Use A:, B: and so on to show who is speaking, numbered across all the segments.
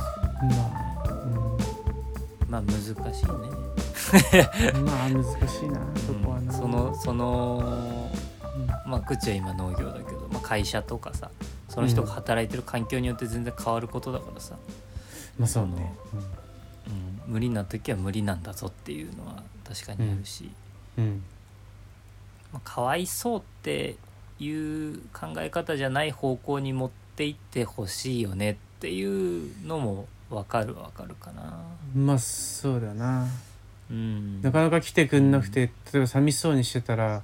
A: まあ、
B: まあ難しいね
A: うん、まあ難しいなそこは
B: うん
A: な、
B: そのその
A: うん
B: まあ口は今農業だけど、まあ、会社とかさその人が働いてる環境によって全然変わることだからさ、
A: まあそうね
B: うん、無理な時は無理なんだぞっていうのは確かにあるし、
A: うん、うん
B: まあ、かわいそうっていう考え方じゃない方向に持っていってほしいよねっていうのもわかるわかるかな。
A: まあそうだな
B: うん、
A: なかなか来てくんなくて例えば寂しそうにしてたら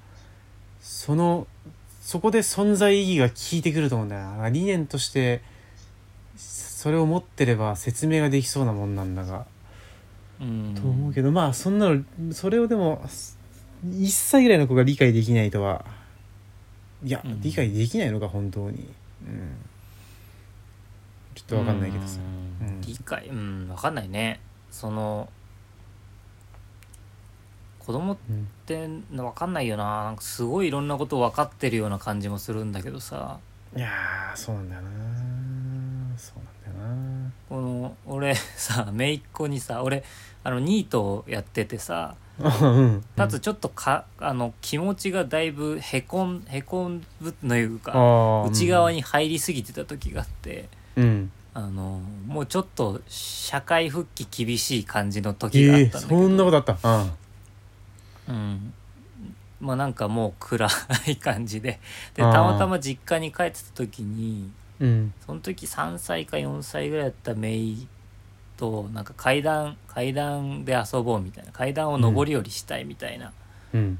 A: そのそこで存在意義が効いてくると思うんだよな理念としてそれを持ってれば説明ができそうなもんなんだが、
B: うん、
A: と思うけどまあそんなのそれをでも1歳ぐらいの子が理解できないとはいや、
B: うん
A: 理解できないのか本当に、うん、ちょっと分かんないけどさ、
B: うん
A: うん
B: 理解うん分かんないねその子供っ
A: うん
B: て分かんないよななんかすごいいろんなこと分かってるような感じもするんだけどさ
A: いやーそうなんだよなそうなんだよな
B: この俺さ姪っ子にさ俺あのニートをやっててさ
A: あうん
B: かつちょっとか、あの気持ちがだいぶへこんへこんぶというか
A: あー
B: 内側に入りすぎてた時があって。
A: うん
B: あのもうちょっと社会復帰厳しい感じの時があ
A: え
B: っ
A: え
B: たんだけど、
A: そんなことあったあ
B: うん、まあなんかもう暗い感じでで
A: あー
B: たまたま実家に帰ってた時に
A: うん
B: その時3歳か4歳ぐらいだったメイとなんか階段階段で遊ぼうみたいな階段を上り下りしたいみたいな
A: うん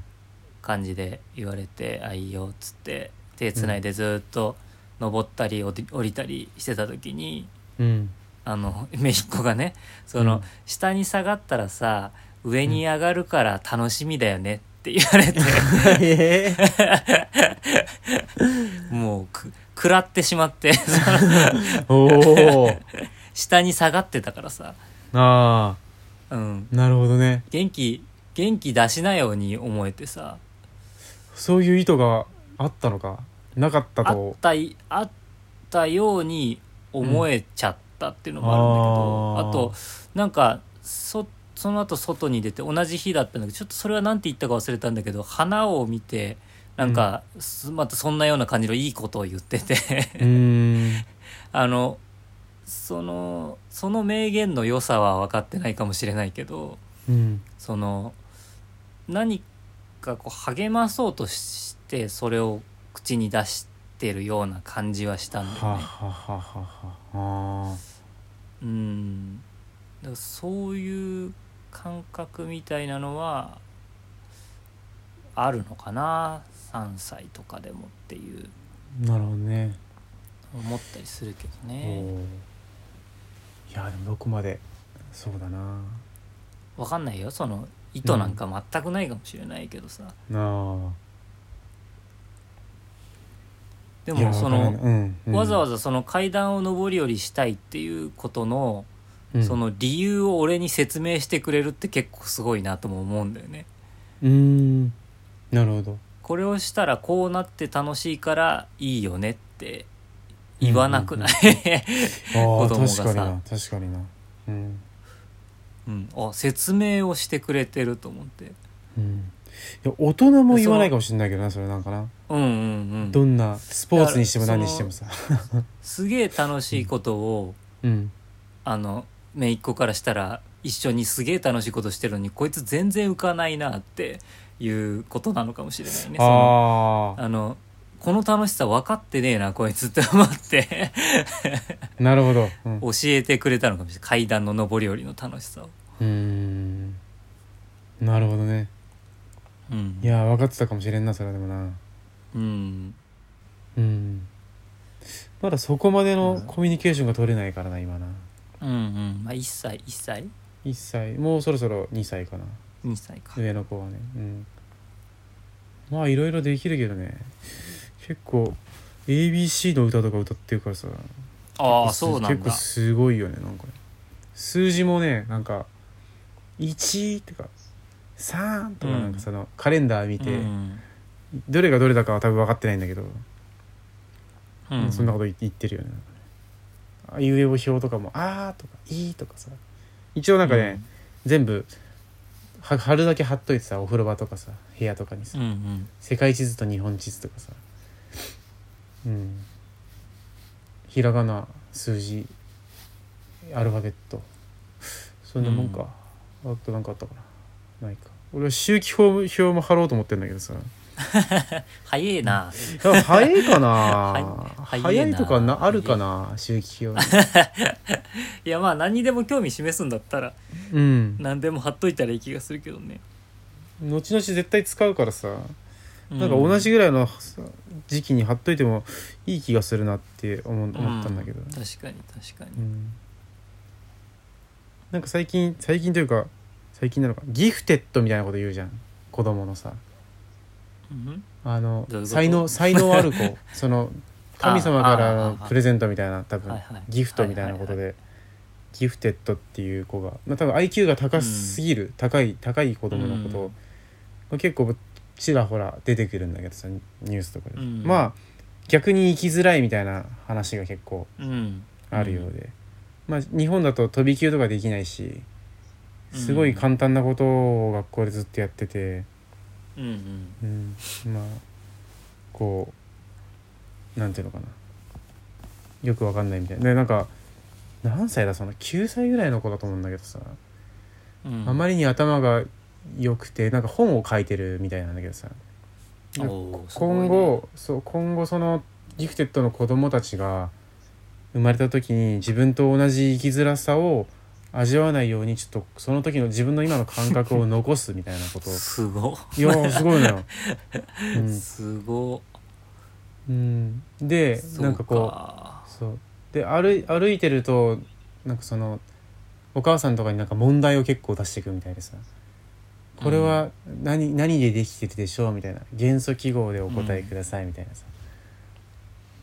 B: 感じで言われて「あいいよ」っつって手つないでずっと登ったり降り降りたりしてた時に
A: うん
B: あの姪っ子がねその、
A: うん
B: 下に下がったらさ上に上がるから楽しみだよねって言われて。
A: ええ
B: もうく食らってしまって
A: おお
B: 下に下がってたからさ、
A: あ
B: うん、
A: あなるほどね
B: 元気元気出しなように思えてさ
A: そういう意図があったのかなかった
B: あっ
A: と
B: たいあったように思えちゃったっていうのもあるんだけど、
A: うんあー
B: あとなんかそその後外に出て同じ日だったんだけどちょっとそれは何て言ったか忘れたんだけど花を見てなんか、すまたそんなような感じのいいことを言ってて
A: うーん
B: あのそのその名言の良さは分かってないかもしれないけど
A: うん
B: その何かこう励まそうとしてそれを口に出してるような感じはした
A: は
B: んだ
A: あはあ
B: よね。
A: はあはああ
B: うんだからそういう感覚みたいなのはあるのかな3歳とかでもっていう
A: ーなるほどね
B: 思ったりするけど
A: お
B: ね
A: おいやでもどこまでそうだな
B: 分かんないよその意図なんか全くないかもしれないけどさ、
A: なあ
B: で
A: で
B: もその、
A: うんうん、
B: わざわざその階段を上り下りしたいっていうことの、
A: うん
B: その理由を俺に説明してくれるって結構すごいなとも思うんだよね。
A: うーんなるほど
B: これをしたらこうなって楽しいからいいよねって言わなくない、
A: ああ
B: 子供が
A: 確
B: さ
A: かにな確かになうん
B: うん、あ説明をしてくれてると思って。
A: うんいや大人も言わないかもしれないけどなそれなんかな、
B: うんうんう
A: ど
B: ん、
A: んなスポーツにしても何にしてもさ
B: すげえ楽しいことを、
A: うん
B: あの姪っ子からしたら一緒にすげえ楽しいことしてるのにこいつ全然浮かないなっていうことなのかもしれないね。その
A: ああ
B: あのこの楽しさ分かってねえなこいつって思って
A: なるほど うん
B: 教えてくれたのかもしれない階段の上り下りの楽しさを、
A: うーんなるほどね
B: うん
A: いや分かってたかもしれんなそれでもな
B: うん、
A: うんまだそこまで
B: う
A: の
B: ん
A: コミュニケーションが取れないからな今な
B: うんうんまあ1歳1歳
A: 1歳もうそろそろ2歳かな
B: 2歳か
A: 上の子はねうんまあいろいろできるけどね結構 ABC の歌とか歌ってるからさ
B: あ
A: 結
B: あ
A: 構す
B: そうなん
A: 結構
B: だ
A: すごいよねなんかね数字もねなんか1とか3とか
B: うん
A: なんかその、カレンダー見て、
B: うん
A: どれがどれだかは多分分かってないんだけど、
B: うん
A: そんなこと言って言ってるよねなんかねあいうえお表とかも「あ」とか「い」とかさ一応なんかね、全部は貼るだけ貼っといてさお風呂場とかさ部屋とかにさ、
B: うんうん
A: 世界地図と日本地図とかさうんひらがな数字アルファベットそんなもんか、あとなんかあったかなないか俺は周期表表も貼ろうと思ってんだけどさ
B: 早いな
A: でも早いかな
B: はい
A: 早
B: 早い
A: い
B: な
A: とかなあるかな周期表
B: いやまあ何にでも興味示すんだったら
A: うん
B: 何でも貼っといたらいい気がするけどね
A: 後々絶対使うからさ
B: う
A: なんか同じぐらいの時期に貼っといてもいい気がするなって思う思ったんだけど、
B: う確かに確かに
A: うんなんか最近最近というか最近なのかギフテッドみたいなこと言うじゃん子供のさ
B: うん
A: あの
B: どういうこと
A: 才能才能ある子その神様から
B: ああ
A: の
B: ああ
A: プレゼントみたいな多分
B: はいはい
A: ギフトみたいなこと
B: はい
A: でギフテッドっていう子が、まあ、多分 IQ が高すぎる、高い高い子供のこと
B: う
A: を
B: ん、
A: まあ結構ちらほら出てくるんだけどさニュースとかで、
B: うん
A: まあ逆に生きづらいみたいな話が結構
B: うん
A: あるようで、まあ日本だと飛び級とかできないしすごい
B: か
A: 簡単なことを学校でずっとやってて、
B: うんうん
A: うん、まあこうなんていうのかなよくわかんないみたいなでなんか何歳だその9歳ぐらいの子だと思うんだけどさ、
B: うん
A: あまりに頭が良くてなんか本を書いてるみたいなんだけどさ
B: おーすご
A: 今
B: いね
A: 後そう今後そのギフテッドの子供たちが生まれた時に自分と同じ生きづらさを味わわないようにちょっとその時の自分の今の感覚を残すみたいなこと
B: すご
A: いやーすごいのよ。
B: すご
A: うん、うん、で
B: そう
A: なんかこうそうで歩い歩いてるとなんかそのお母さんとかになんか問題を結構出していくみたいでさこれは何,、何でできてるでしょうみたいな元素記号でお答えくださいみたいなさ、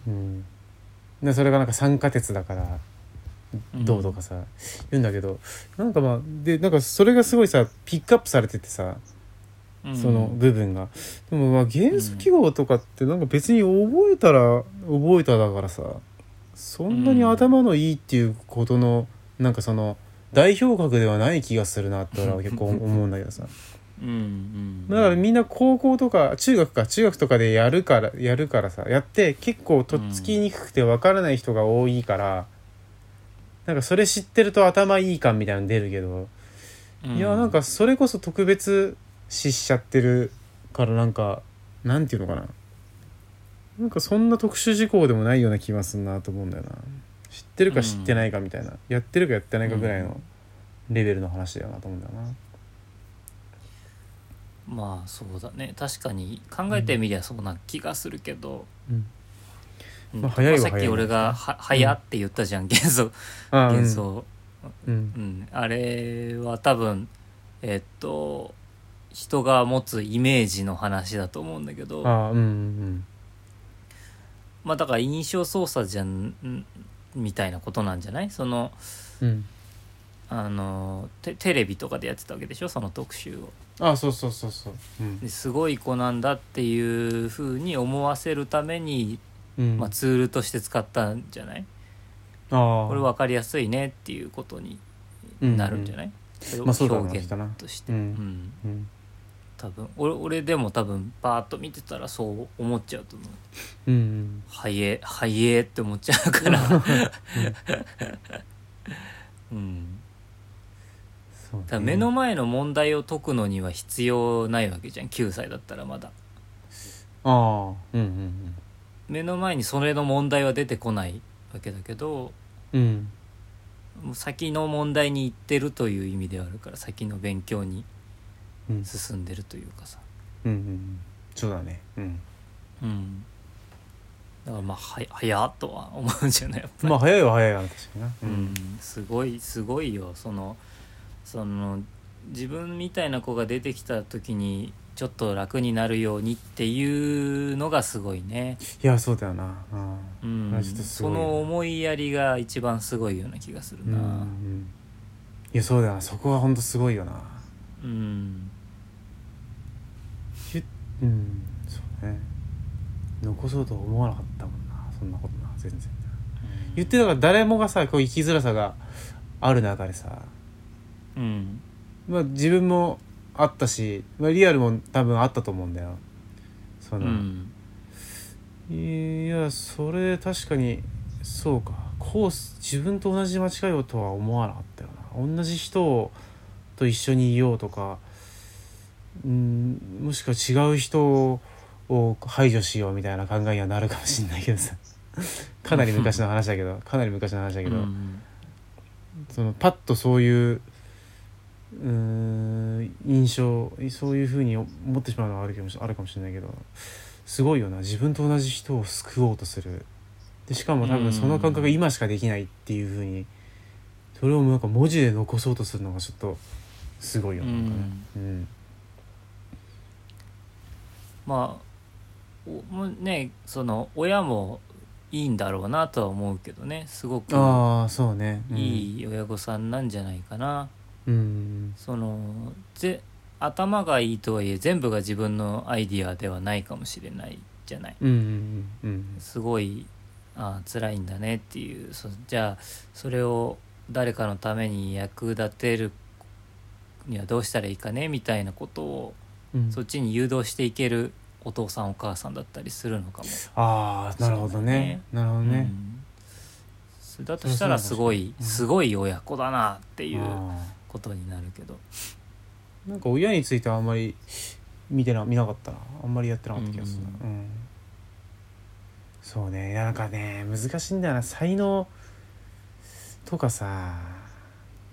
A: うんでそれがなんか酸化鉄だからどうとかさ、言うんだけどなんかまあでなんかそれがすごいさピックアップされててさ
B: うん
A: その部分が、でもまあ元素記号とかってなんか別に覚えたら覚えただからさそんなに頭のいいっていうことのなんかその代表格ではない気がするなって俺は結構思うんだけどさ
B: うんうん
A: だからみんな高校とか中学か中学とかでやるからやるからさやって結構とっつきにくくて分からない人が多いから、なんかそれ知ってると頭いい感みたいなの出るけど、
B: うん
A: いやなんかそれこそ特別視しちゃってるからなんかなんていうのかななんかそんな特殊事項でもないような気がするなと思うんだよな知ってるか知ってないかみたいな、やってるかやってないかぐらいのレベルの話だよなと思うんだよな。
B: まあそうだね確かに考えてみりゃそうな気がするけど、
A: うん
B: うん
A: まあ早いは
B: さっき俺が「は早」って言ったじゃん幻想
A: あうん
B: 幻想、
A: うん
B: うん、あれは多分えっと人が持つイメージの話だと思うんだけど
A: あうんうん
B: まあだから印象操作じゃんんみたいなことなんじゃないその
A: うんうん
B: あのテテレビとかでやってたわけでしょその特集を。
A: あそうそうそうそううん
B: ですごい子なんだっていうふうに思わせるために、
A: うん
B: まあ、ツールとして使ったんじゃない
A: あ
B: これ分かりやすいねっていうことになるんじゃないい、それを
A: まあそうだろうな
B: 表
A: き
B: 現
A: っとな
B: として、
A: うん
B: うん
A: うん
B: 多分俺俺でも多分パーッと見てたらそう思っちゃうと思う
A: うんうん
B: 「はいえはいえ」って思っちゃう からうん
A: そうね
B: ただ目の前の問題を解くのには必要ないわけじゃん9歳だったらまだ
A: ああうんうん
B: 目の前にそれの問題は出てこないわけだけど
A: うんうん
B: もう先の問題に行ってるという意味ではあるから先の勉強に
A: うん
B: 進んでるというかさ、
A: うんうんそうだねうん
B: うん、だからまあは早っとは思うんじゃないやっぱり、
A: まあ早いは早いわ確かにな
B: う、ん、すごいすごいよそのその自分みたいな子が出てきた時にちょっと楽になるようにっていうのがすごいね、
A: いやそうだよなうん
B: うん
A: あちょっとす
B: そ
A: ごいな
B: の思いやりが一番すごいような気がする
A: うんう
B: な、
A: んいやそうだよなそこはほんとすごいよな
B: うん
A: ゆうんそうね残そうとは思わなかったもんなそんなことな全然言ってだから誰もがさこう生きづらさがある中でさ、
B: うん
A: まあ、自分もあったし、まあ、リアルも多分あったと思うんだよ。その
B: うん
A: いやそれ確かにそうかコース自分と同じ間違いをとは思わなかったよな同じ人と一緒にいようとかうんもしくは違う人を排除しようみたいな考えにはなるかもしれないけどさかなり昔の話だけどかなり昔の話だけど、
B: うん
A: そのパッとそういううーん印象そういうふうに思ってしまうのはあるかもしあるかもしれないけどすごいよな自分と同じ人を救おうとするでしかも多
B: う
A: 分
B: ん
A: その感覚が今しかできないっていうふうにそれをなんか文字で残そうとするのがちょっとすごいよななんかね。うん
B: まあおもうねその親もいいんだろうなとは思うけどねすごく
A: ああそうね。うん、
B: いい親御さんなんじゃないかな、
A: うん
B: そのぜ頭がいいとはいえ全部が自分のアイディアではないかもしれないじゃない
A: うんうんうん
B: すごいあー辛いんだねっていうそじゃあそれを誰かのために役立てるにはどうしたらいいかねみたいなことを
A: うん
B: そっちに誘導していけるお父さんお母さんだったりするのかも、
A: ああなるほどね。なるほど
B: う
A: ね。
B: んそだとしたらすごい
A: そうそう
B: すごい親子だなっていう
A: あー
B: ことになるけど、
A: なんか親についてはあんまり見てな見なかったなあんまりやってなかった気がするな
B: う
A: うん、そうねいやなんかね難しいんだよな才能とかさ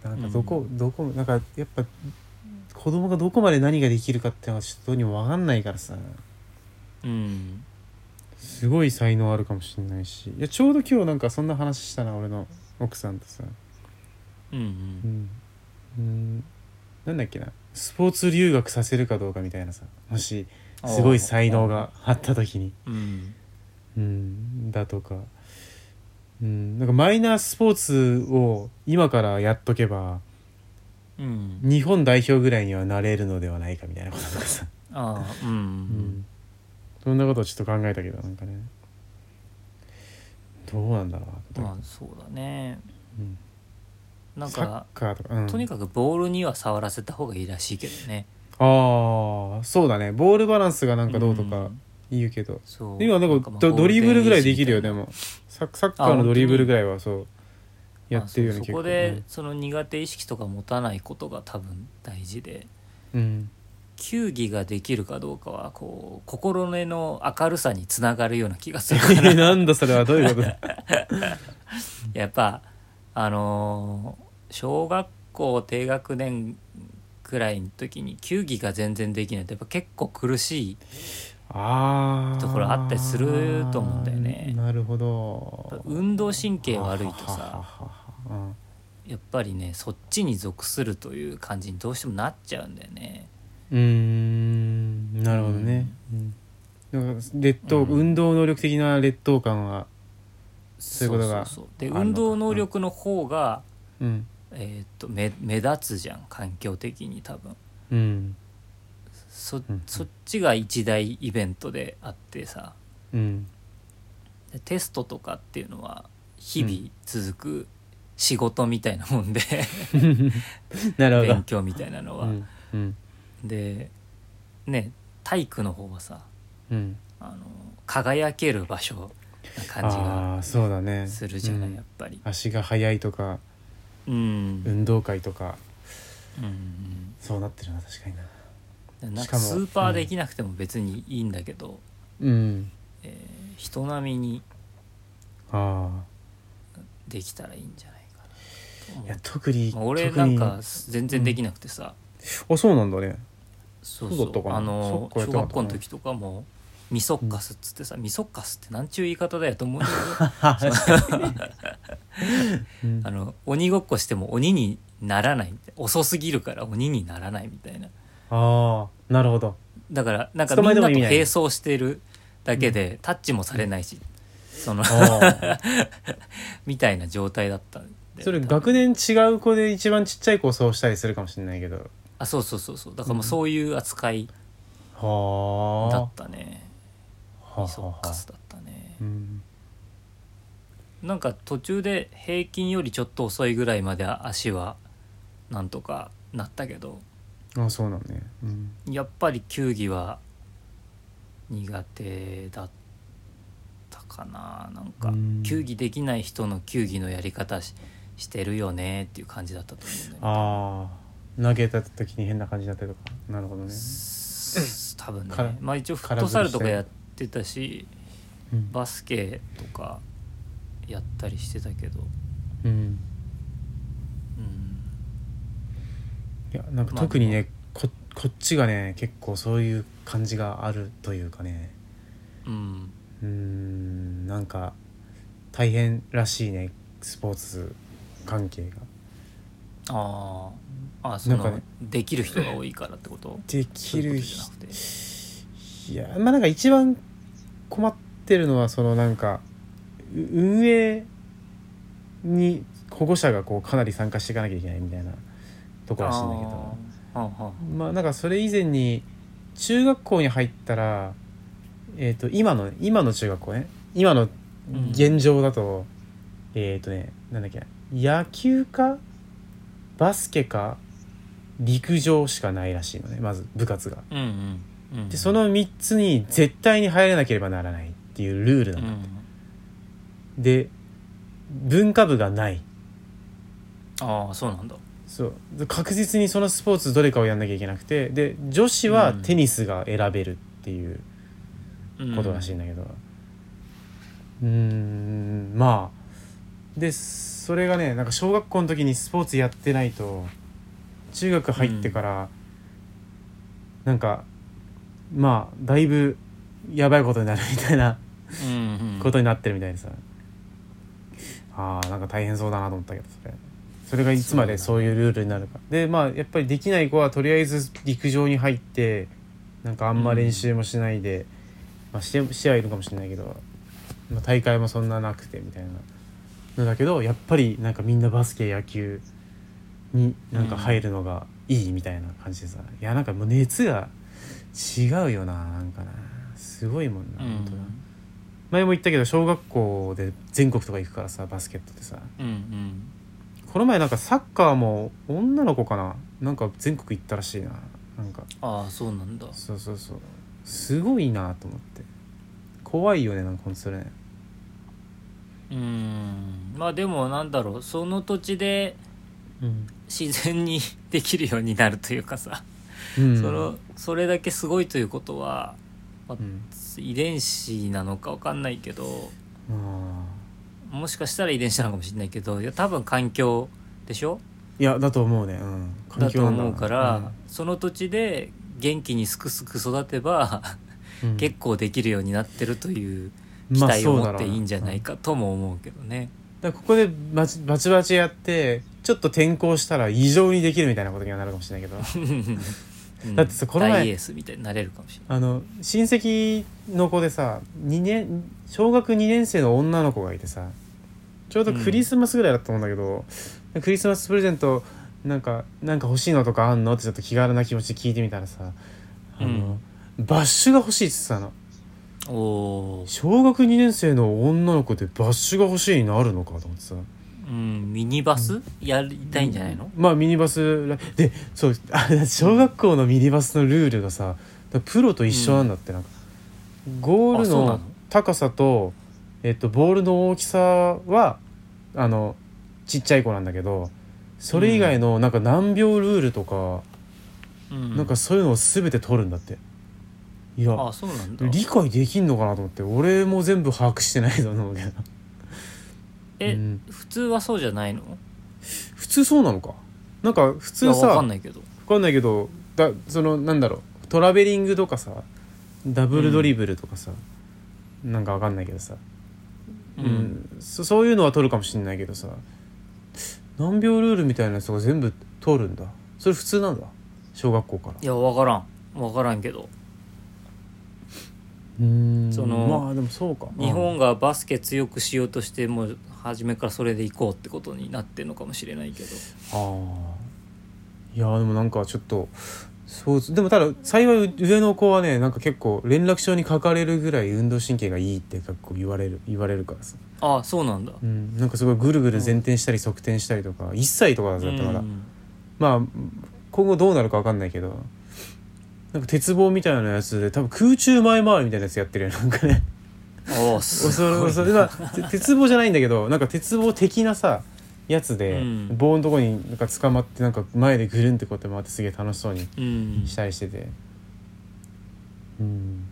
A: なんかどこ、どこなんかやっぱ子供がどこまで何ができるかっていうのはちょっとどうにも分かんないからさ
B: うん、
A: すごい才能あるかもしれないしいやちょうど今日なんかそんな話したな俺の奥さんとさ
B: うんう
A: うんん、うん、なんだっけなスポーツ留学させるかどうかみたいなさもしすごい才能があった時に、
B: うん
A: うん、だとか、うん、なんかマイナースポーツを今からやっとけば
B: うん
A: 日本代表ぐらいにはなれるのではないかみたいなこととかさ、
B: ああうん、
A: うん、そんなことをちょっと考えたけどなんかねどうなんだろうな、
B: まあそうだね
A: うん
B: なん
A: サッ
B: か
A: カーとか、うん、
B: とにかくボールには触らせた方がいいらしいけどね
A: ああそうだねボールバランスがなんかどうと
B: う
A: か
B: ん
A: 言うけど、
B: そう
A: 今なんかドドリブルぐらいできるよで
B: も
A: もササッカーのドリブルぐらいはそうやってるよね
B: そ
A: 結構
B: そこ
A: ね
B: でその苦手意識とか持たないことが多分大事で
A: うん、
B: 球技ができるかどうかはこう心根の明るさにつながるような気がす るか ら
A: えなんだそれはどういうこと だ
B: やっぱあのー小学校低学年くらいの時に球技が全然できないとやっぱ結構苦しい
A: あー
B: ところあったりすると思うんだよね
A: なるほど
B: 運動神経悪いとさ
A: さ、うん
B: やっぱりねそっちに属するという感じにどうしてもなっちゃうんだよね。
A: うーんなるほどね、うんなんか劣等、
B: うん
A: 運動能力的な劣等感はそういうことが
B: そうそうそうで
A: あるのか
B: 運動能力の方が、
A: うん
B: えーっと目目立つじゃん環境的に多分
A: うん
B: そ,、
A: うん
B: そっちが一大イベントであってさ
A: うん
B: でテストとかっていうのは日々続く仕事みたいなもんで
A: なるほ
B: 勉
A: ど
B: 強みたいなのは。
A: うんうん
B: でね体育の方はさ
A: うん
B: あの輝ける場所な感じが
A: ああーそうだね
B: するじゃない、
A: うん
B: やっぱり。
A: 足が速いとか
B: うん
A: 運動会とか
B: うん
A: そうなってるな確かにな
B: うん、なん
A: し
B: か
A: かも
B: スーパーできなくても別にいいんだけど、
A: うん
B: えー人並みに
A: あ
B: できたらいいんじゃないかなと
A: あい
B: 思
A: や
B: う
A: 特に
B: まあ俺
A: 特
B: なん
A: に
B: か全然できなくてさ、
A: あそうなんだね
B: そう
A: そう
B: そ
A: だ
B: う
A: ったかな
B: あの
A: そっかやってなかった
B: 小学
A: ね
B: 校の時とかも「ミソッカス」っつってさ「ミソッカス」ってなんちゅう言い方だよと思うんだ
A: う
B: け
A: ん
B: どあの鬼ごっこしても鬼にならないみたい遅すぎるから鬼にならないみたいな
A: ああなるほど
B: だからなんかみ
A: 捕
B: ん
A: ま
B: な
A: えても
B: と
A: 意味ない
B: 並走してるだけでタッチもされないし、その
A: あ
B: みたいな状態だったん
A: ー
B: で
A: それ
B: 多分
A: 学年違う子で一番ちっちゃい子をそうしたりするかもしれないけど
B: あそうそうそうそうだからもうそういう扱いだ
A: は
B: ったね、
A: あ
B: ミソッカスだったね、
A: うん
B: なんか途中で平均よりちょっと遅いぐらいまで足はなんとかなったけど
A: あそうなんねうん
B: やっぱり球技は苦手だったかななんか
A: うん
B: 球技できない人の球技のやり方ししてるよねっていう感じだったと思うんだよね
A: ああ投げた時に変な感じになったりとかなるほどね、
B: す多分
A: から
B: ねまあ一応フッ
A: 空振
B: ト
A: り
B: サルと
A: し
B: か
A: たい
B: やってたし
A: うん
B: バスケとかやったりしてたけど
A: うん、
B: うん
A: いやなんか
B: まあ
A: 特にね、ここっちがね結構そういう感じがあるというかね
B: うん
A: うーんなんか大変らしいねスポーツ関係が
B: あーあその
A: なんかね
B: できる人が多いからってこと
A: で
B: そう
A: き
B: いう
A: る
B: ことじゃ
A: 人
B: なくて
A: いやまあなんか一番困ってるのはそのなんかう運営に保護者がこうかなり参加していかなきゃいけないみたいなとこらしいんだけど
B: あーはんはん
A: まあなんかそれ以前に中学校に入ったらえっ、と今の今の中学校ね今の
B: うん
A: 現状だと、えっ、とねなんだっけ野球かバスケか陸上しかないらしいのねまず部活が。
B: うんうんうん
A: でその3つに絶対に入らなければならないっていうルールな
B: う
A: の、
B: ん
A: で文化部がない
B: ああそうなんだ
A: そうで確実にそのスポーツどれかをやんなきゃいけなくてで女子は
B: うん
A: テニスが選べるっていうことらしいんだけどうーんまあでそれがねなんか小学校の時にスポーツやってないと中学入ってから、なんかまあだいぶやばいことになるみたいな
B: うんうん
A: ことになってるみたいでさ、あーなんか大変そうだなと思ったけどそれそれがいつまでそういうルールになるかでまあやっぱりできない子はとりあえず陸上に入ってなんかあんま練習もしないで、まあ、してしてはいるかもしれないけど、まあ、大会もそんななくてみたいなのだけどやっぱりなんかみんなバスケ野球になんか入るのがいいみたいな感じでさ、いやなんかもう熱が違うよななんかなすごいもんな、
B: うん
A: 本当な。前も言ったけど小学校で全国とか行くからさバスケットってさ
B: うんうん
A: この前なんかサッカーも女の子かななんか全国行ったらしいななんか
B: ああそうなんだ
A: そうそうそうすごいなと思って怖いよねなんかほんとそれね
B: うんまあでもなんだろうその土地で
A: うん、
B: 自然に できるようになるというかさ、
A: うん、
B: そのそれだけすごいということは
A: うん
B: 遺伝子なのかわかんないけど
A: あ
B: もしかしたら遺伝子なのかもしれないけどいや多分環境でしょ
A: ーいやだと思うねうん環
B: だと
A: 境なん
B: 思う
A: な
B: から、その土地で元気にすくすく育てば、
A: うんうん
B: 結構できるようになってるという期
A: まあ
B: 待を
A: そう
B: 持
A: だ
B: っ
A: ろ
B: て
A: うない
B: いんじゃないかとも思うけどね。
A: だからここでバチバチバチやってちょっと転校したら異常にできるみたいなことにはなるかもしれないけど
B: うん
A: だってさこの前
B: 大エースみたいになれるかもしれない。
A: あの親戚の子でさ2年小学2年生の女の子がいてさちょうどクリスマスぐらいだったと思うんだけど、クリスマスプレゼントなんかなんか欲しいのとかあんのってちょっと気軽な気持ちで聞いてみたらさあの、バッシュが欲しいって言ってたの
B: おー
A: 小学2年生の女の子でバッシュが欲しいになるのかと思ってさ
B: うん、ミニバスやりたいんじゃないの、
A: まあミニバスらでそうあ 小学校のミニバスのルールがさプロと一緒なんだって、なんかゴー
B: あ
A: ル
B: そうなの
A: の高さと、えっと、ボールの大きさはあのちっちゃい子なんだけどそれ以外のなんか何秒ルールとか、
B: うん、
A: なんかそういうのを全て取るんだっていや
B: あそうなんだ
A: 理解できんのかなと思って俺も全部把握してないと思うけど
B: え、
A: うん
B: 普通はそうじゃないの
A: 普通そうなのかなんか普
B: いや
A: 通
B: わか
A: さ
B: んないけど
A: わかんないけどだそのなんだろうトラベリングとかさダブルドリブルとかさ、なんかわかんないけどさ、
B: うん
A: そそういうのは取るかもしんないけどさ何秒ルールみたいなやつが全部取るんだそれ普通なんだ小学校から
B: いやわからんわからんけど
A: うん
B: その
A: まあでもそうか
B: 日本がバスケ強くしようとしてもう初めからそれで行こうってことになってるのかもしれないけど
A: ああいやでもなんかちょっとそうですでもただ幸い上の子はねなんか結構連絡帳に書かれるぐらい運動神経がいいって結構言われる言われるからさ、
B: ああそうなんだ
A: うん、なんかすごいぐるぐる前転したり側転したりとか1歳とかだったから、
B: うん
A: まあ今後どうなるか分かんないけどなんか鉄棒みたいなやつで多分空中前回りみたいなやつやってるよなん かね
B: おおす
A: 恐れ
B: ごい
A: 恐れまあて鉄棒じゃないんだけどなんか鉄棒的なさやつで、
B: うん
A: 棒のとこになんか捕まってなんか前でぐるんってこうやって回ってすげえ楽しそうに
B: うん
A: したりしててうん、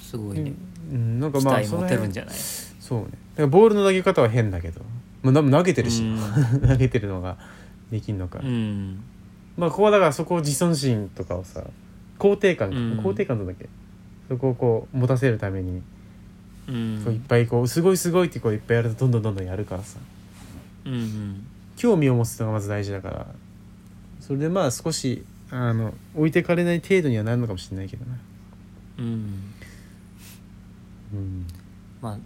B: すごいね
A: うん、なんか
B: 期
A: まあ
B: 待
A: そ
B: 持
A: の
B: て
A: 辺
B: るんじゃない
A: そうねだからボールの投げ方は変だけど、まあ、な投げてるし、
B: うん
A: 投げてるのができんのか、
B: うん
A: まあここはだからそこを自尊心とかをさ肯定感、
B: うん
A: 肯定感なんだっけそこをこう持たせるために、
B: う
A: こういっ
B: ん
A: ぱいこうすごいすごいってこういっぱいやるとどんどんどんどんやるからさ
B: うん
A: 興味を持つのがまず大事だからそれでまあ少しあの置いてかれない程度にはなるのかもしれないけどな、
B: うん
A: うん、
B: まあ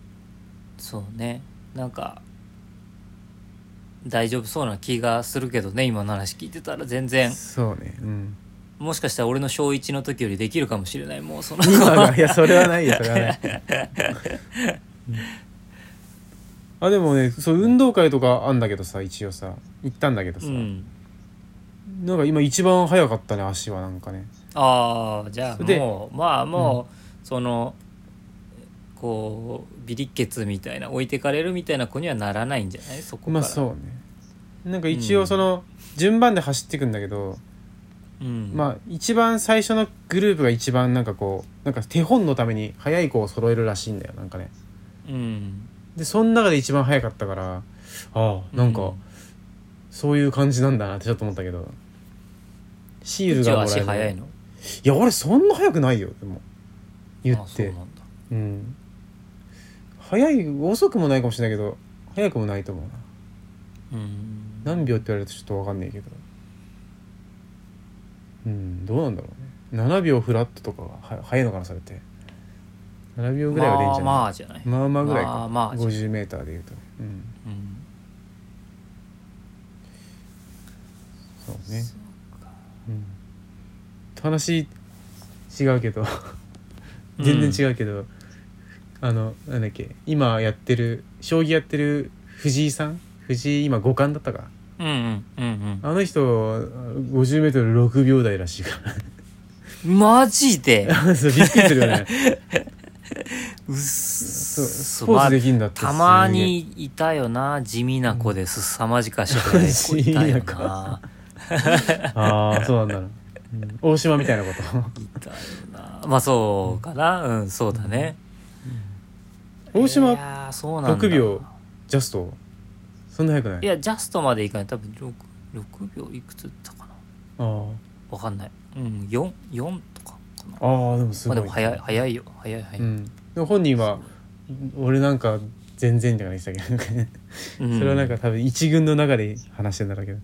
B: そうねなんか大丈夫そうな気がするけどね今の話聞いてたら全然
A: そうねうん
B: もしかしたら俺の小1の時よりできるかもしれないもうその
A: 今がいやそれはないよそれは ない、うんあでもねそう運動会とかあんだけどさ一応さ行ったんだけどさ、
B: うん
A: なんか今一番早かったね足はなんかね
B: ああじゃあ
A: で
B: もうまあもう、そのこうビリッケツみたいな置いてかれるみたいな子にはならないんじゃないそこか
A: ま
B: ら、
A: あそうねなんか一応その順番で走っていくんだけど、
B: うん、
A: まあ一番最初のグループが一番なんかこうなんか手本のために早い子を揃えるらしいんだよなんかね
B: うん
A: でその中で一番早かったからああなんかそういう感じなんだなってちょっと思ったけどシール
B: じ
A: がも
B: ゃあ
A: らえ
B: 足
A: る
B: 早い
A: い
B: の
A: や俺そんな早くないよでも言
B: あ
A: っ
B: そ
A: て
B: うなんだ
A: うん早い遅くもないかもしれないけど早くもないと思うな
B: うん
A: 何秒って言われるとちょっと分かんないけどうんどうなんだろうね7秒フラットとかはは早いのかなそれって7秒ぐらいは出んじゃない、
B: まあ
A: ま
B: まあじゃない、
A: あ、まあぐらいか、
B: まあまあじゃ
A: 50m でいうとうん
B: うん
A: そうね
B: そ、
A: うん、話違うけど全然違うけど、あのなんだっけ今やってる将棋やってる藤井さん藤井今五冠だったか
B: うんうんうん
A: あの人 50m6 秒台らしいから
B: うんマジで
A: そうびっくりするよね
B: うっ
A: そ
B: そ
A: うスポーツできんだって
B: たまにいたよな地味な子ですさまじかし早い子いたよな
A: すげえあ あそうなんだな、うん大島みたいなこと
B: いたよなまあそうかなうんそうだね
A: 大
B: い
A: 島
B: やーそうなんだ
A: 6秒ジャストそんな早くない
B: いやジャストまでいかない多分 6, 6秒いくつだったかな
A: あー
B: わかんないうん44とかかな
A: あーでもす
B: ま
A: ご
B: あ
A: い、
B: でも早い早いよ早い早い、
A: うん、でも本人は俺なんか全然とか言ってたけど、
B: うん
A: それはなんか多分一軍の中で話してんだろうけど、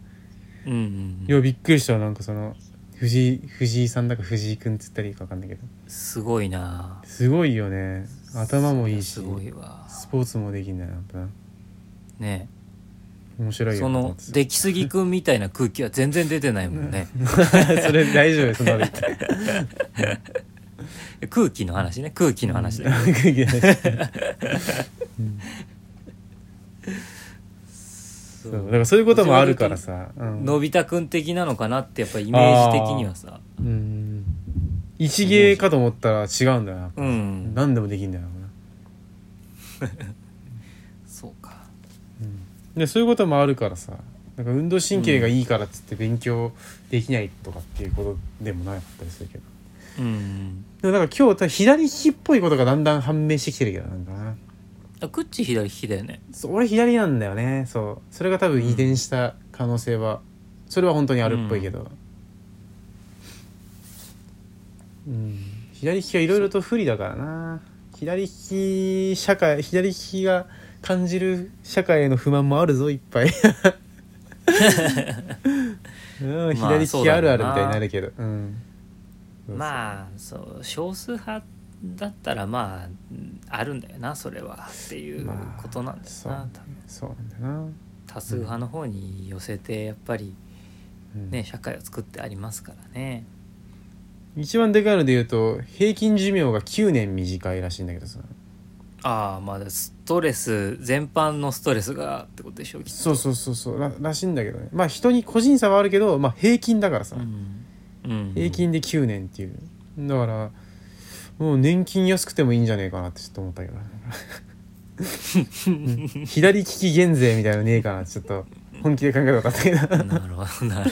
B: うんうん
A: ようびっくりしたなんかその藤井藤井さんだか藤井君っつったらいいか分かんないけど
B: すごいな
A: すごいよね頭もいいし
B: すごいわ
A: スポーツもできんだよやっぱな
B: ね
A: 面白いよ
B: そ
A: なと思
B: の
A: って
B: 出来すぎくんみたいな空気は全然出てないもん ね
A: それ大丈夫そんなの言って
B: 空気の話ね空気の話だけど
A: うん
B: そ
A: そううだからそういうこともあるからさ、うん
B: のび太くん的なのかなってやっぱイメージ的にはさ
A: うん一芸かと思ったら違うんだよな
B: うん
A: 何でもできんだよな、
B: そうか
A: うんでそういうこともあるからさなんか運動神経がいいからっつって勉強できないとかっていうことでもなかったりするけど
B: うん
A: でもなんか今日多分左利きっぽいことがだんだん判明してきてるけどなんかな
B: あクッチ左利きだよね
A: そう俺左なんだよねそうそれが多分遺伝した可能性は、それは本当にあるっぽいけどうん、左利きはいろいろと不利だからな左利き社会左利きが感じる社会への不満もあるぞいっぱい、 うん、
B: まあ
A: 左利きあるあるみたいになるけど、うんあ
B: まあそう少数派だったらまあうんあるんだよなそれはっていう
A: まあ
B: ことなんだよ
A: そう
B: な、
A: そうなんだよな
B: 多数派の方に寄せてやっぱり
A: うん
B: ね、社会を作ってありますからね
A: 一番でかいので言うと平均寿命が9年短いらしいんだけどさ
B: ああまあストレス全般のストレスがってことでしょうきっと
A: そうそうそうそうららしいんだけどねまあ人に個人差はあるけど、まあ、平均だからさ、
B: うんうん、
A: 平均で9年っていうだからもう年金安くてもいいんじゃねえかなってちょっと思ったけ どねうん左利き減税みたいなのねえかなってちょっと本気で考えたかったけど だ
B: なるほど なる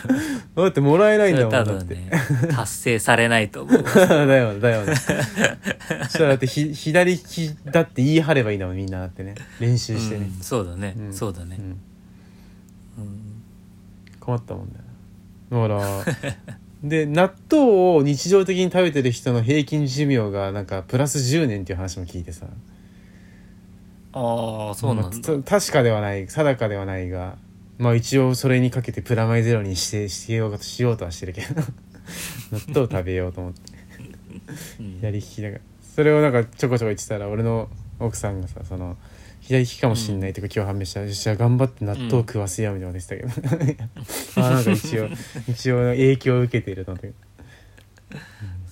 B: ほど
A: ってもらえないんだもん
B: それ多
A: だっ
B: 分
A: て、
B: ね達成されないと 思う
A: だよねだよねそしたらだってひ左利きだって言い張ればいいんだもんみんなだってね練習してね
B: うん、そうだね、
A: うん
B: そうだね
A: う、ん
B: うん
A: 困ったもんだよなだから で納豆を日常的に食べてる人の平均寿命がなんかプラス10年っていう話も聞いてさ
B: ああそうなんだ、
A: まあた確かではない定かではないがまあ一応それにかけてプラマイゼロにしてしてようかとしようとはしてるけど 納豆食べようと思って
B: うん
A: 左利きだからそれをなんかちょこちょこ言ってたら俺の奥さんがさその左利きかもしんないとか今日判明したら、よっしゃ頑張って納豆食わせようみたいなこと言ってた けど、あーなんか一応一応影響を受けていると思ったけど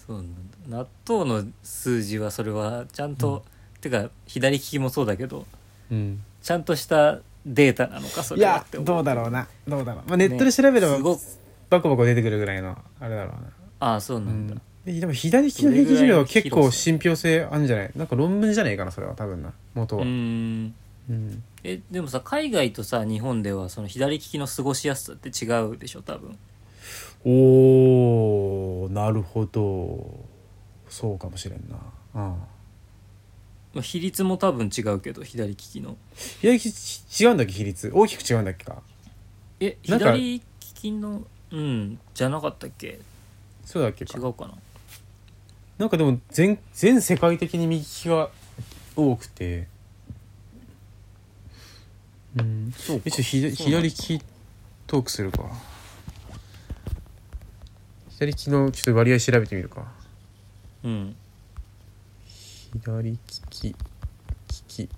B: そうなんだ納豆の数字はそれはちゃんと、てか左利きもそうだけど
A: うん
B: ちゃんとしたデータなのかそ
A: い
B: れは
A: や
B: って思
A: どうだろうなどうだろう、まあ、ネットで調べれば
B: すごく
A: バコバコ出てくるぐらいのあれだろうな
B: ああそうなんだ、
A: ででも左利きの平均寿命は結構信憑性あるんじゃないなんか論文じゃないかなそれは多分な元
B: う
A: は、
B: ー
A: うん
B: んえでもさ海外とさ日本ではその左利きの過ごしやすさって違うでしょ多分
A: おーなるほどそうかもしれんな、うん、
B: まあ比率も多分違うけど左利きの
A: 左利き違うんだっけ比率大きく違うんだっけか
B: え
A: なんか
B: 左利きのうんじゃなかったっけ
A: そうだっけか
B: 違うかな
A: なんかでも全全世界的に右利きが多くてうん
B: そう
A: えちょっと左
B: そうな
A: 左
B: ん
A: 利きトークするか左利きのちょっと割合調べてみるか
B: うん
A: 左利き利き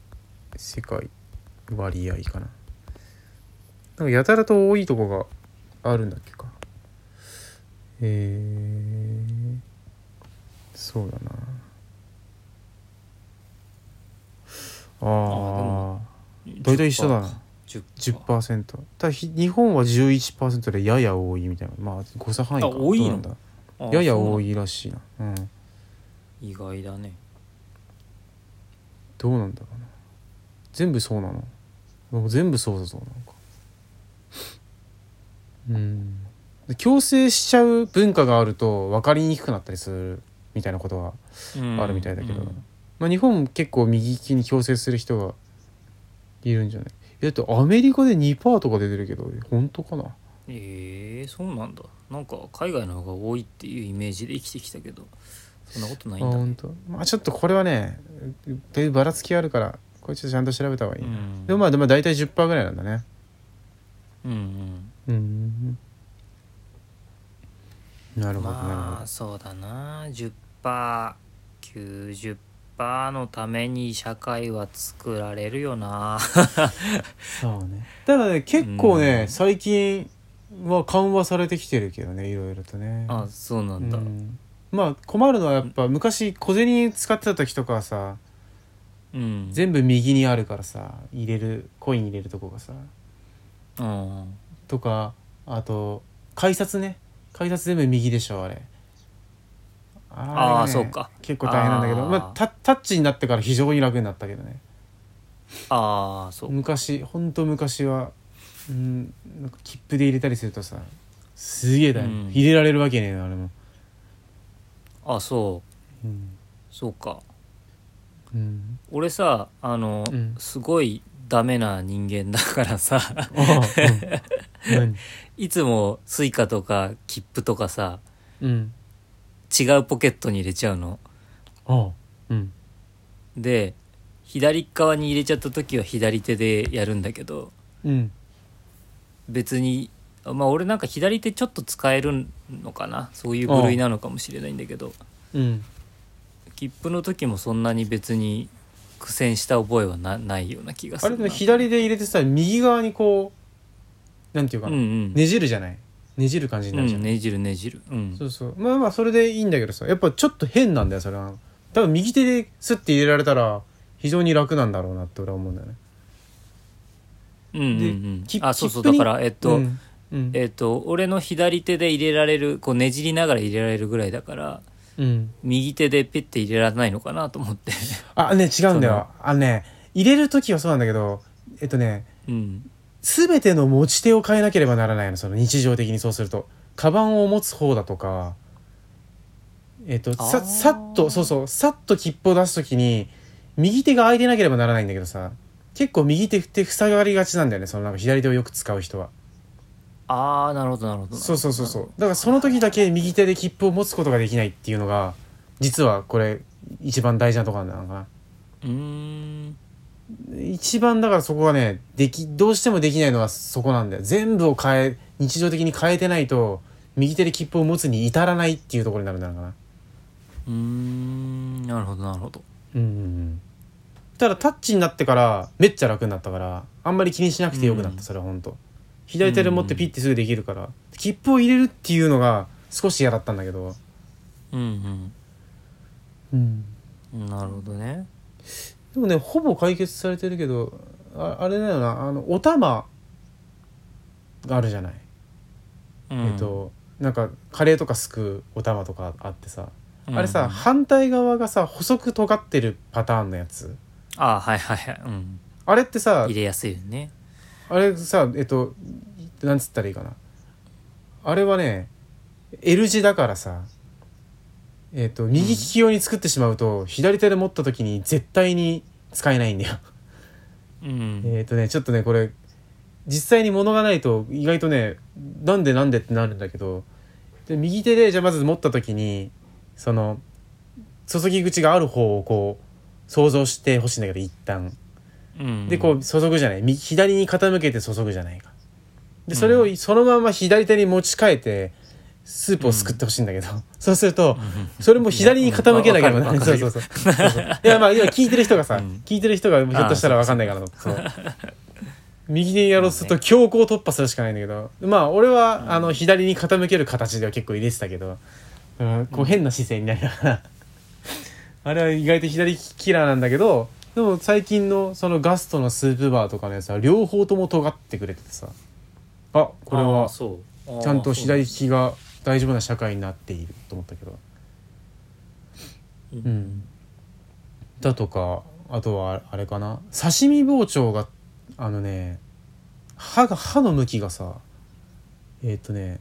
A: 世界割合かななんかやたらと多いとこがあるんだっけかえー、そうだなああ大体一緒だな
B: 10%,
A: 10%ただひ日本は11%でやや多いみたいなまあ誤差範囲か
B: あ多いの
A: どうなんだ
B: ああ
A: やや
B: そうなん
A: 多いらしいなうん
B: 意外だね
A: どうなんだろうな全部そうなのもう全部そうだぞなんかうんで強制しちゃう文化があると分かりにくくなったりするみたいなことはあるみたいだけど、
B: うん
A: まあ、日本も結構右利きに強制する人がいるんじゃないえだってアメリカで2%とか出てるけど本当かな
B: えー、そうなんだなんか海外の方が多いっていうイメージで生きてきたけどそんなことないん
A: あ
B: だ、
A: 本当。まあちょっとこれはねだいぶばらつきあるからこれちょっとちゃんと調べた方がいい、
B: うん
A: でもまあでも大体10%ぐらいなんだね
B: うん
A: うんな
B: う
A: る
B: ん
A: ほどなるほ
B: ま
A: ど
B: あそうだな 10%90% のために社会は作られるよな
A: そうねただね結構ね、
B: うん
A: 最近は緩和されてきてるけどねいろいろとね
B: あそうなんだ、
A: う
B: うん
A: んまあ困るのはやっぱ昔小銭使ってた時とかはさ全部右にあるからさ入れるコイン入れるとこがさ
B: うん
A: とかあと改札ね改札全部右でしょあれあれ
B: あ
A: が
B: あ
A: ね
B: そうか
A: 結構大変なんだけど
B: あー
A: まあタタッチになってから非常に楽になったけどね
B: ああそう
A: 昔ほんと昔はうんなんか切符で入れたりするとさすげえだよ、
B: うん
A: 入れられるわけねえのあれも、
B: あそう
A: うん
B: そうか
A: うん、
B: 俺さあの、
A: うん
B: すごいダメな人間だからさ
A: ああ、うん、
B: いつもスイカとか切符とかさ
A: 何うん
B: 違うポケットに入れちゃうの
A: ああうん
B: で左側に入れちゃった時は左手でやるんだけど
A: うん
B: 別にまあ俺なんか左手ちょっと使えるのかなそういう部類なのかもしれないんだけど
A: うん
B: 切符の時もそんなに別に苦戦した覚えはなないような気がす
A: あ
B: る
A: れ
B: な
A: でも左で入れてさ右側にこうなんていう
B: う
A: か
B: ん
A: な、
B: うん、
A: ねじるじゃないねじる感じに
B: う
A: なるじゃ
B: ん
A: ん、
B: ねじるねじるうん
A: そうそうまあまあそれでいいんだけどさやっぱちょっと変なんだよそれは多分右手でスッて入れられたら非常に楽なんだろうなって俺は思うんだよね
B: うんうんうん
A: き
B: あそうそう
A: 切
B: だ
A: 符に
B: からえっと、
A: うんうん
B: えっと俺の左手で入れられるこうねじりながら入れられるぐらいだから
A: うん
B: 右手でペッて入れられないのかなと思って、
A: あね違うんだよあのね入れる時はそうなんだけどえっとね
B: うん、
A: 全ての持ち手を変えなければならないのその日常的にそうするとカバンを持つ方だとかえっと
B: あ
A: さ
B: ー
A: さっとそうそうさっと切符を出す時に右手が空いてなければならないんだけどさ結構右手って塞がりがちなんだよねそのなんか左手をよく使う人は
B: ああなるほどなるほど
A: そうそうそうそううだからその時だけ右手で切符を持つことができないっていうのが実はこれ一番大事なとこなんだろうな
B: うーん
A: 一番だからそこがねできどうしてもできないのはそこなんだよ全部を変え日常的に変えてないと右手で切符を持つに至らないっていうところになるんだろうかな
B: うーんなるほどなるほど
A: うんうんうんただタッチになってからめっちゃ楽になったからあんまり気にしなくてよくなった、
B: うん
A: それは本当左手で持ってピッてすぐできるから、切符を入れるっていうのが少し嫌だったんだけど
B: うん
A: うん
B: うんなるほどね
A: でもねほぼ解決されてるけどああれだよなあのお玉があるじゃない
B: うん
A: えっとなんかカレーとかすくうお玉とかあってさ、あれ
B: う
A: さ
B: ん
A: 反対側がさ細く尖ってるパターンのやつ
B: あーはいはいはい、うん、
A: あれってさ
B: 入れやすいよね
A: あれさえっとなんつったらいいかなあれはね L 字だからさえっと右利き用に作ってしまうと、左手で持った時に絶対に使えないんだよ
B: うん
A: えっとねちょっとねこれ実際に物がないと意外とねなんでなんでってなるんだけどで右手でじゃあまず持った時にその注ぎ口がある方をこう想像してほしいんだけど一旦
B: うん
A: でこう注ぐじゃない右左に傾けて注ぐじゃないかでそれをそのまま左手に持ち替えてスープをすくってほしいんだけど、そうするとそれも左に傾けなければならない
B: いや
A: そ
B: わ
A: う
B: かる
A: そう
B: わ
A: そうそうそういやまあ今聞いてる人がさ、
B: うん
A: 聞いてる人がひょっとしたら分かんないからそう右でやろうとすると強行突破するしかないんだけどまあ俺は、あの左に傾ける形では結構入れてたけど、うん、こう変な姿勢になりながら あれは意外と左利きキラーなんだけどでも最近のそのガストのスープバーとかのやつは両方とも尖ってくれててさあこれ
B: あー
A: は
B: そう
A: ちゃんと左利
B: き
A: きが大丈夫な社会になっていると思ったけどうん、だとかあとはあれかな刺身包丁があのね歯が歯の向きがさえーっ、とね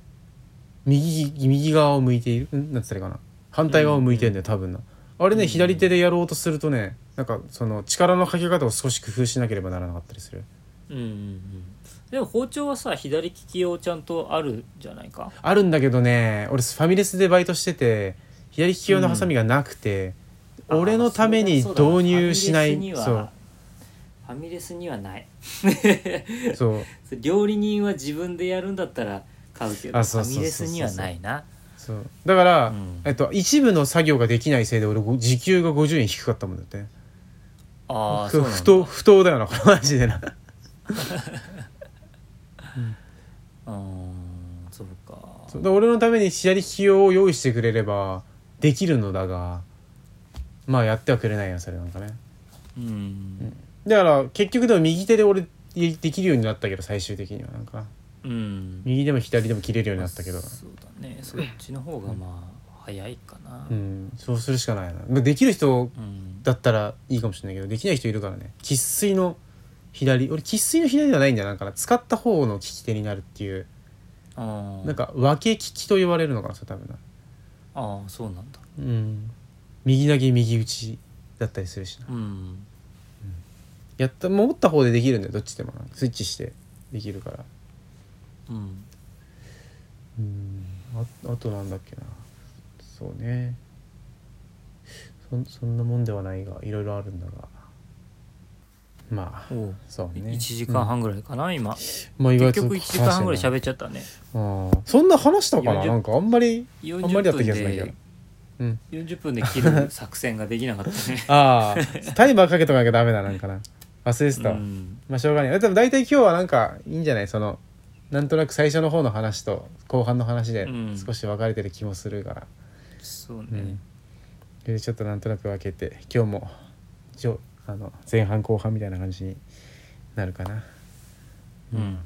A: 右右側を向いているんなんつったらいいかな反対側を向いてんだよ多分なあれね、
B: うん
A: 左手でやろうとするとねなんかその力のかけ方を少し工夫しなければならなかったりする
B: うんうんうんでも包丁はさ左利き用ちゃんとあるじゃないか
A: あるんだけどね俺ファミレスでバイトしてて左利き用のハサミがなくて、俺のために導入しない
B: ファミレスに
A: そう
B: はファミレスにはない
A: そう
B: 料理人は自分でやるんだったら買うけど
A: あ
B: フ
A: そうそう
B: ァ
A: そうそ
B: ミ
A: う
B: レスにはないな
A: そうだから、
B: うん
A: えっと、一部の作業ができないせいで俺ご時給が50円低かったもんだって
B: ああ
A: ふ
B: そうなんだ
A: 不当不当だよなこれマジでな
B: うーんそうか
A: そうで俺のために左利き用を用意してくれればできるのだがまあやってはくれないよそれなんかね
B: うん
A: だから結局でも右手で俺できるようになったけど最終的にはなんか
B: うん
A: 右でも左でも切れるようになったけど
B: そうだねそっちの方がまあ早いかな
A: うんそうするしかないなまあできる人
B: うん
A: だったらいいかもしれないけどできない人いるからね生粋の左俺生粋の左ではないんだよなんかな使った方の利き手になるっていう
B: あー
A: なんか分け利きと言われるのかなそれ多分な
B: あーそうなんだ
A: うん右投げ右打ちだったりするしな
B: うん
A: やった持った方でできるんだよどっちでもなスイッチしてできるから
B: うん
A: うんああとなんだっけなそうねそそんなもんではないがいろいろあるんだがまあ
B: おう
A: そうね
B: 1時間半ぐらいかな今
A: まあ意外と
B: 結局1時間半ぐら
A: 話
B: い
A: してん
B: 喋っちゃったね
A: なうんそんな話したかな
B: 40
A: なんかあんまりあんまりだ
B: 40
A: った
B: 分
A: 気がするんだけ
B: で
A: どうん
B: 40分で切る作戦ができなか ったね
A: ああ タイマーかけとかなきゃダメだなんかな忘れてたわ、
B: うん
A: まあしょうがないでも大体今日はなんかいいんじゃないそのなんとなく最初の方の話と後半の話で
B: うん
A: 少し分かれてる気もするから、
B: そうね、
A: うんそれでちょっとなんとなく分けて今日もじょあの前半後半みたいな感じになるかな。
B: うん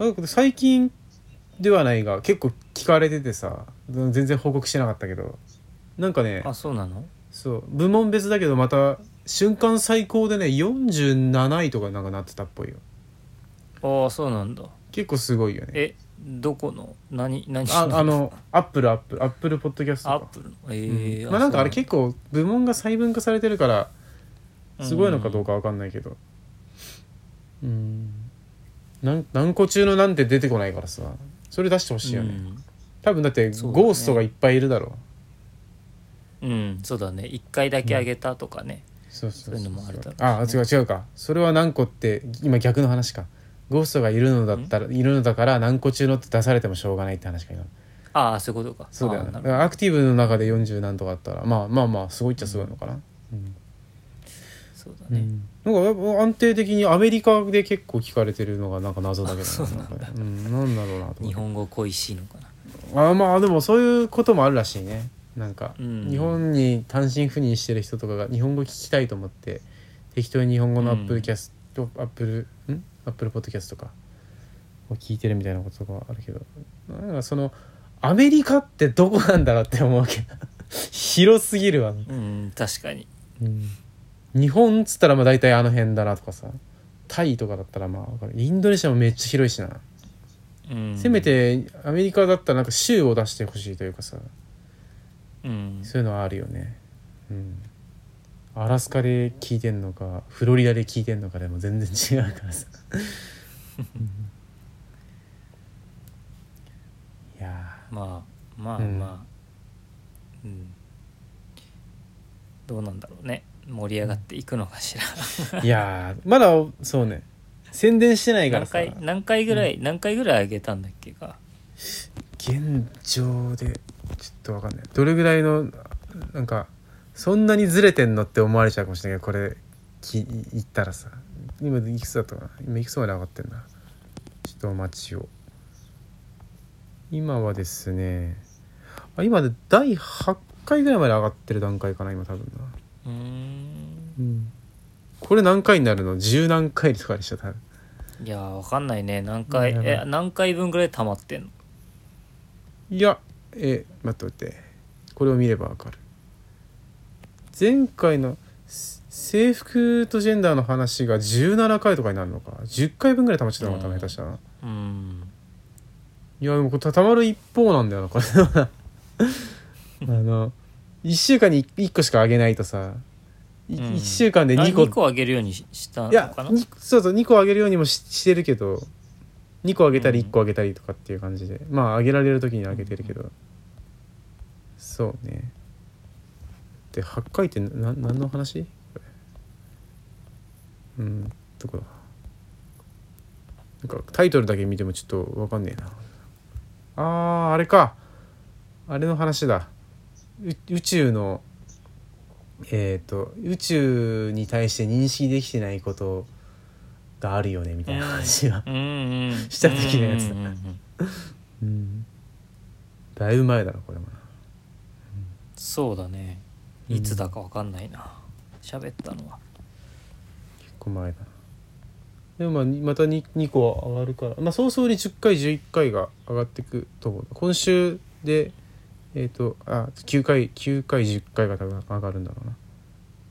A: なんか最近ではないが結構聞かれててさ全然報告してなかったけどなんかね
B: あそうなの
A: そう部門別だけどまた瞬間最高でね47位とかなんかなってたっぽいよ
B: ああそうなんだ
A: 結構すごいよね
B: えどこの何何
A: ああのアップルアップルアップルポッドキャスト
B: アッ
A: か
B: プルのええ
A: まあなんかあれ結構部門が細分化されてるからすごいのかどう
B: か
A: かわかんないけどうんなん何個中のなんて出てこないからさそれ出してほしいよね、多分だって
B: そうだね
A: ゴーストがいっぱいいるだろう
B: うん、うんそうだね一回だけあげたとかね、
A: そうそう
B: そういうのもあるだろうしね
A: あ違う違うかそれは何個って今逆の話かゴーストがいるのだったらいるのだから何個中のって出されてもしょうがないって話か今
B: ああそういうことか
A: そうだよ
B: あ
A: ね
B: ーな
A: だか
B: るほど
A: らアクティブの中で40何とかあったらまあまあまあすごいっちゃすごいのかな、うん
B: そうだ
A: う
B: ね、
A: んなんかやっぱ安定的にアメリカで結構聞かれてるのがなんか謎だけどななんかねうんなんだろうなと思
B: 日
A: って
B: 本語恋しいのかな
A: あまあでもそういうこともあるらしいねなんか、
B: うん
A: 日本に単身赴任してる人とかが日本語聞きたいと思って適当に日本語のアップルキャスト、アップルんアップルポッドキャストとかを聞いてるみたいなことがあるけどなんかそのアメリカってどこなんだろうって思うけど広すぎるわ、
B: うん確かに
A: うん日本っつったらまあ大体あの辺だなとかさタイとかだったらまあわかるインドネシアもめっちゃ広いしな、
B: うん
A: せめてアメリカだったらなんか州を出してほしいというかさ
B: うん
A: そういうのはあるよね。うん。アラスカで聞いてんのか、フロリダで聞いてんのかでも全然違うからさ。いや
B: まあまあ
A: うん
B: まあ、うんどうなんだろうね盛り上がっていくのかしら
A: ー、いやー、まだそうね。宣伝してないから
B: 何
A: さ。
B: 回何回ぐらい、何回ぐらいあげたんだっけか
A: 現状でちょっとわかんない。どれぐらいのなんかそんなにずれてんのって思われちゃうかもしれないけど、これき言ったらさ。今いくつだったかな。今いくつまで上がってんだ。ちょっとお待ちを。今はですね。あ今で第8回ぐらいまで上がってる段階かな今多分な。
B: うーん
A: うん。これ何回になるの？十何回とかでしょ多分。
B: いやーわかんないね何回
A: うん
B: え何回分ぐらい溜まってんの
A: いやえ待って待ってこれを見ればわかる前回のせ制服とジェンダーの話が17回とかになるのか10回分ぐらい溜まっちゃったのかな
B: うん
A: 下手したら
B: うん
A: いやでもこれたたまる一方なんだよなこれ あの1週間に1個しかあげないとさい
B: うん
A: 1週間で
B: あ
A: 2個
B: 二個あげるようにししたの
A: いや
B: かな
A: にそうそう2個あげるようにもししてるけど2個あげたり1個あげたりとかっていう感じで、まああげられる時にあげてるけど、そうねで8回ってな何の話これうんどこだなんかタイトルだけ見てもちょっと分かんねえなあーあれかあれの話だう宇宙のえっ、と宇宙に対して認識できてないことがあるよねみたいな話が、
B: うんうん
A: した時のやつだ
B: うんうんうん
A: うんだいぶ前だなこれもな
B: そうだね
A: うん
B: いつだかわかんないな喋ったのは
A: 結構前だなでもまあにまた 2, 2個上がるからまあ早々に10回11回が上がってくと思う今週でえっ、とあ9回9回10回が多分上がるんだろうな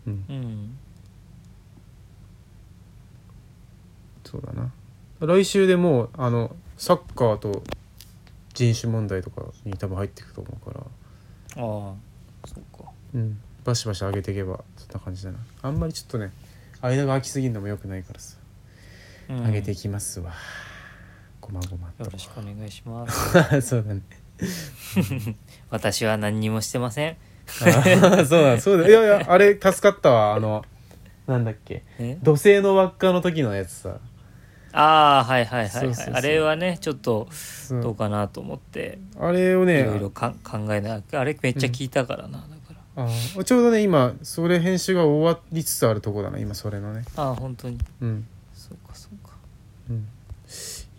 A: うん
B: うん
A: そうだな来週でもうあのサッカーと人種問題とかに多分入っていくと思うから、
B: ああそうか
A: うん、バシバシ上げていけばそんな感じだなあんまりちょっとね間が空きすぎるのもよくないからさ
B: うん
A: 上げていきますわ、ごまごま
B: よ
A: と
B: ろしくお願いします
A: そうだね
B: 私は何にもしてません
A: あーそうだそうだいやいやあれ助かったわあのなんだっけ
B: え
A: 土星の輪っかの時のやつさ
B: ああはいはいはい、
A: そう
B: はい、
A: そうそう
B: あれはねちょっと
A: そう
B: どうかなと思って
A: あれを
B: い
A: ね
B: ろいろか考えなあれめっちゃ聞いたからな、だから
A: あーちょうどね今それ編集が終わりつつあるとこだな今それのね
B: ああ本当に
A: うん
B: そうかそうか
A: うん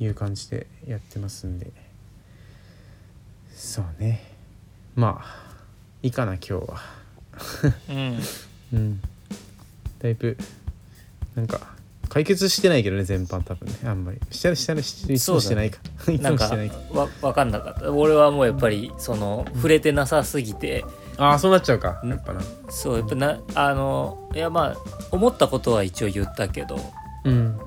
A: いう感じでやってますんでそうねまあいいかな今日は
B: うん
A: うんだいぶなんか解決してないけどね全般多分ねあんまりしたらしたらしいつもしてないか、いつ
B: なん
A: も
B: か
A: してないか
B: わ分かんなかった俺はもうやっぱりその触れてなさすぎて
A: ああそうなっちゃうか
B: うん
A: やっぱな
B: そうやっぱなあのいやまあ思ったことは一応言ったけど
A: うん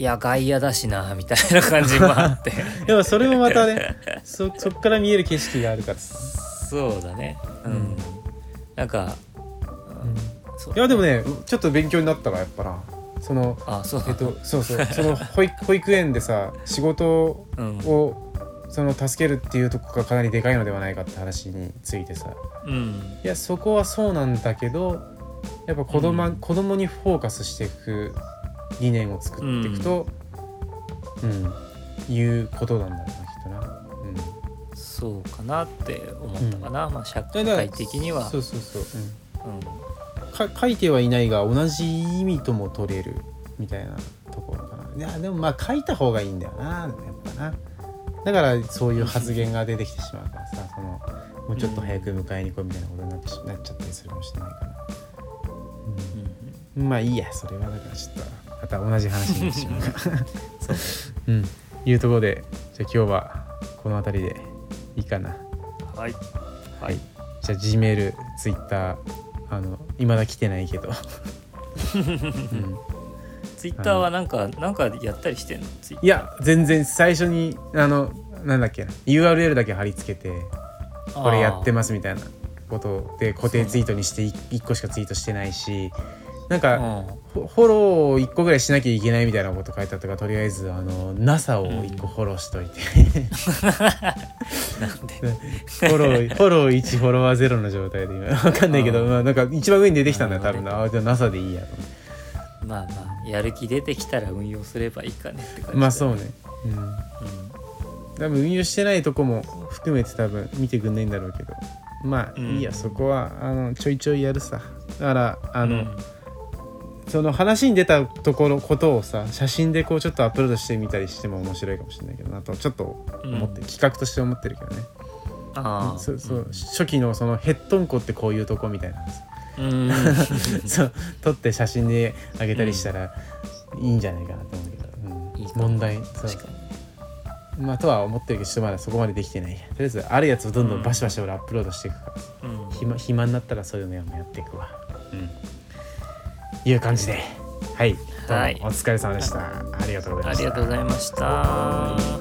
B: いや外野だしなみたいな感じもあって
A: でもそれ もまたね そそっから見える景色があるからさ、
B: そうだねうん、
A: うん
B: なんか
A: うん、い
B: そう
A: やでもねちょっと勉強になったらやっぱなその
B: あそう
A: えっとそうそうその保育 保育園でさ仕事
B: うん
A: をその助けるっていうとこがかなりでかいのではないかって話についてさ
B: うん
A: いやそこはそうなんだけどやっぱ子供、
B: うん
A: 子供にフォーカスしていく理念を作っていくと、うんいうことなんだろうなきっとな。うん
B: そうかなって思ったかな、まあ社
A: だから
B: 会的には
A: そうそうそう、うん
B: うん
A: か書いてはいないが同じ意味とも取れるみたいなところかないやでもまあ書いた方がいいんだよなやっぱなだからそういう発言が出てきてしまうからさそのもうちょっと早く迎えに来いみたいなことになってしなっちゃったりするかもしれないから、
B: うん
A: うん、まあいいやそれはだからちょっとまた同じ話になってしまうから うんいうところでじゃあ今日はこの辺りでいいかな
B: はい
A: はいじゃあ G メール Twitter あの未だ来てないけど、うん
B: ツイッターはなんかなんかやったりしてんのツイ
A: いや全然最初にあのなんだっけな URL だけ貼り付けてこれやってますみたいなことで固定ツイートにして1個しかツイートしてないしなん
B: う
A: か
B: ん
A: フォフォロー1個ぐらいしなきゃいけないみたいなこと書いてあったからとりあえずあの NASA を1個フォローしといて、
B: なんで
A: フォローフォロー1フォロワー0の状態で今わかんないけど
B: うん
A: まあ、なんか一番上に出てきたんだよ
B: な
A: 多
B: る
A: 分
B: ほどね
A: なあじゃあ NASA でいいやと思って
B: まあまあやる気出てきたら運用すればいいかねって感じ
A: まあそう
B: う、
A: ねうん
B: うん
A: 多分運用してないとこも含めて多分見てくんないんだろうけどまあ
B: うん
A: いいや、そこはあのちょいちょいやるさだからあの、
B: うん
A: その話に出たところことをさ写真でこうちょっとアップロードしてみたりしても面白いかもしれないけどなとちょっと思って、
B: うん
A: 企画として思ってるけどね
B: ああ
A: そうそう初期のそのヘッドンコってこういうとこみ たいなさ
B: うん
A: そう撮って写真であげたりしたらいいんじゃないかなと思うけど、うん
B: いいかも
A: 問題そう
B: 確かに
A: まあとは思ってるけどちょっとまだそこまでできてないとりあえずあるやつをどんどんバシバシ俺アップロードしていくから、
B: うん
A: 暇暇になったらそういうのもやっていくわうんいう感じではいどうも
B: はい
A: お疲れ様でした、ありがとうござい
B: あ
A: ました
B: りがとうございました。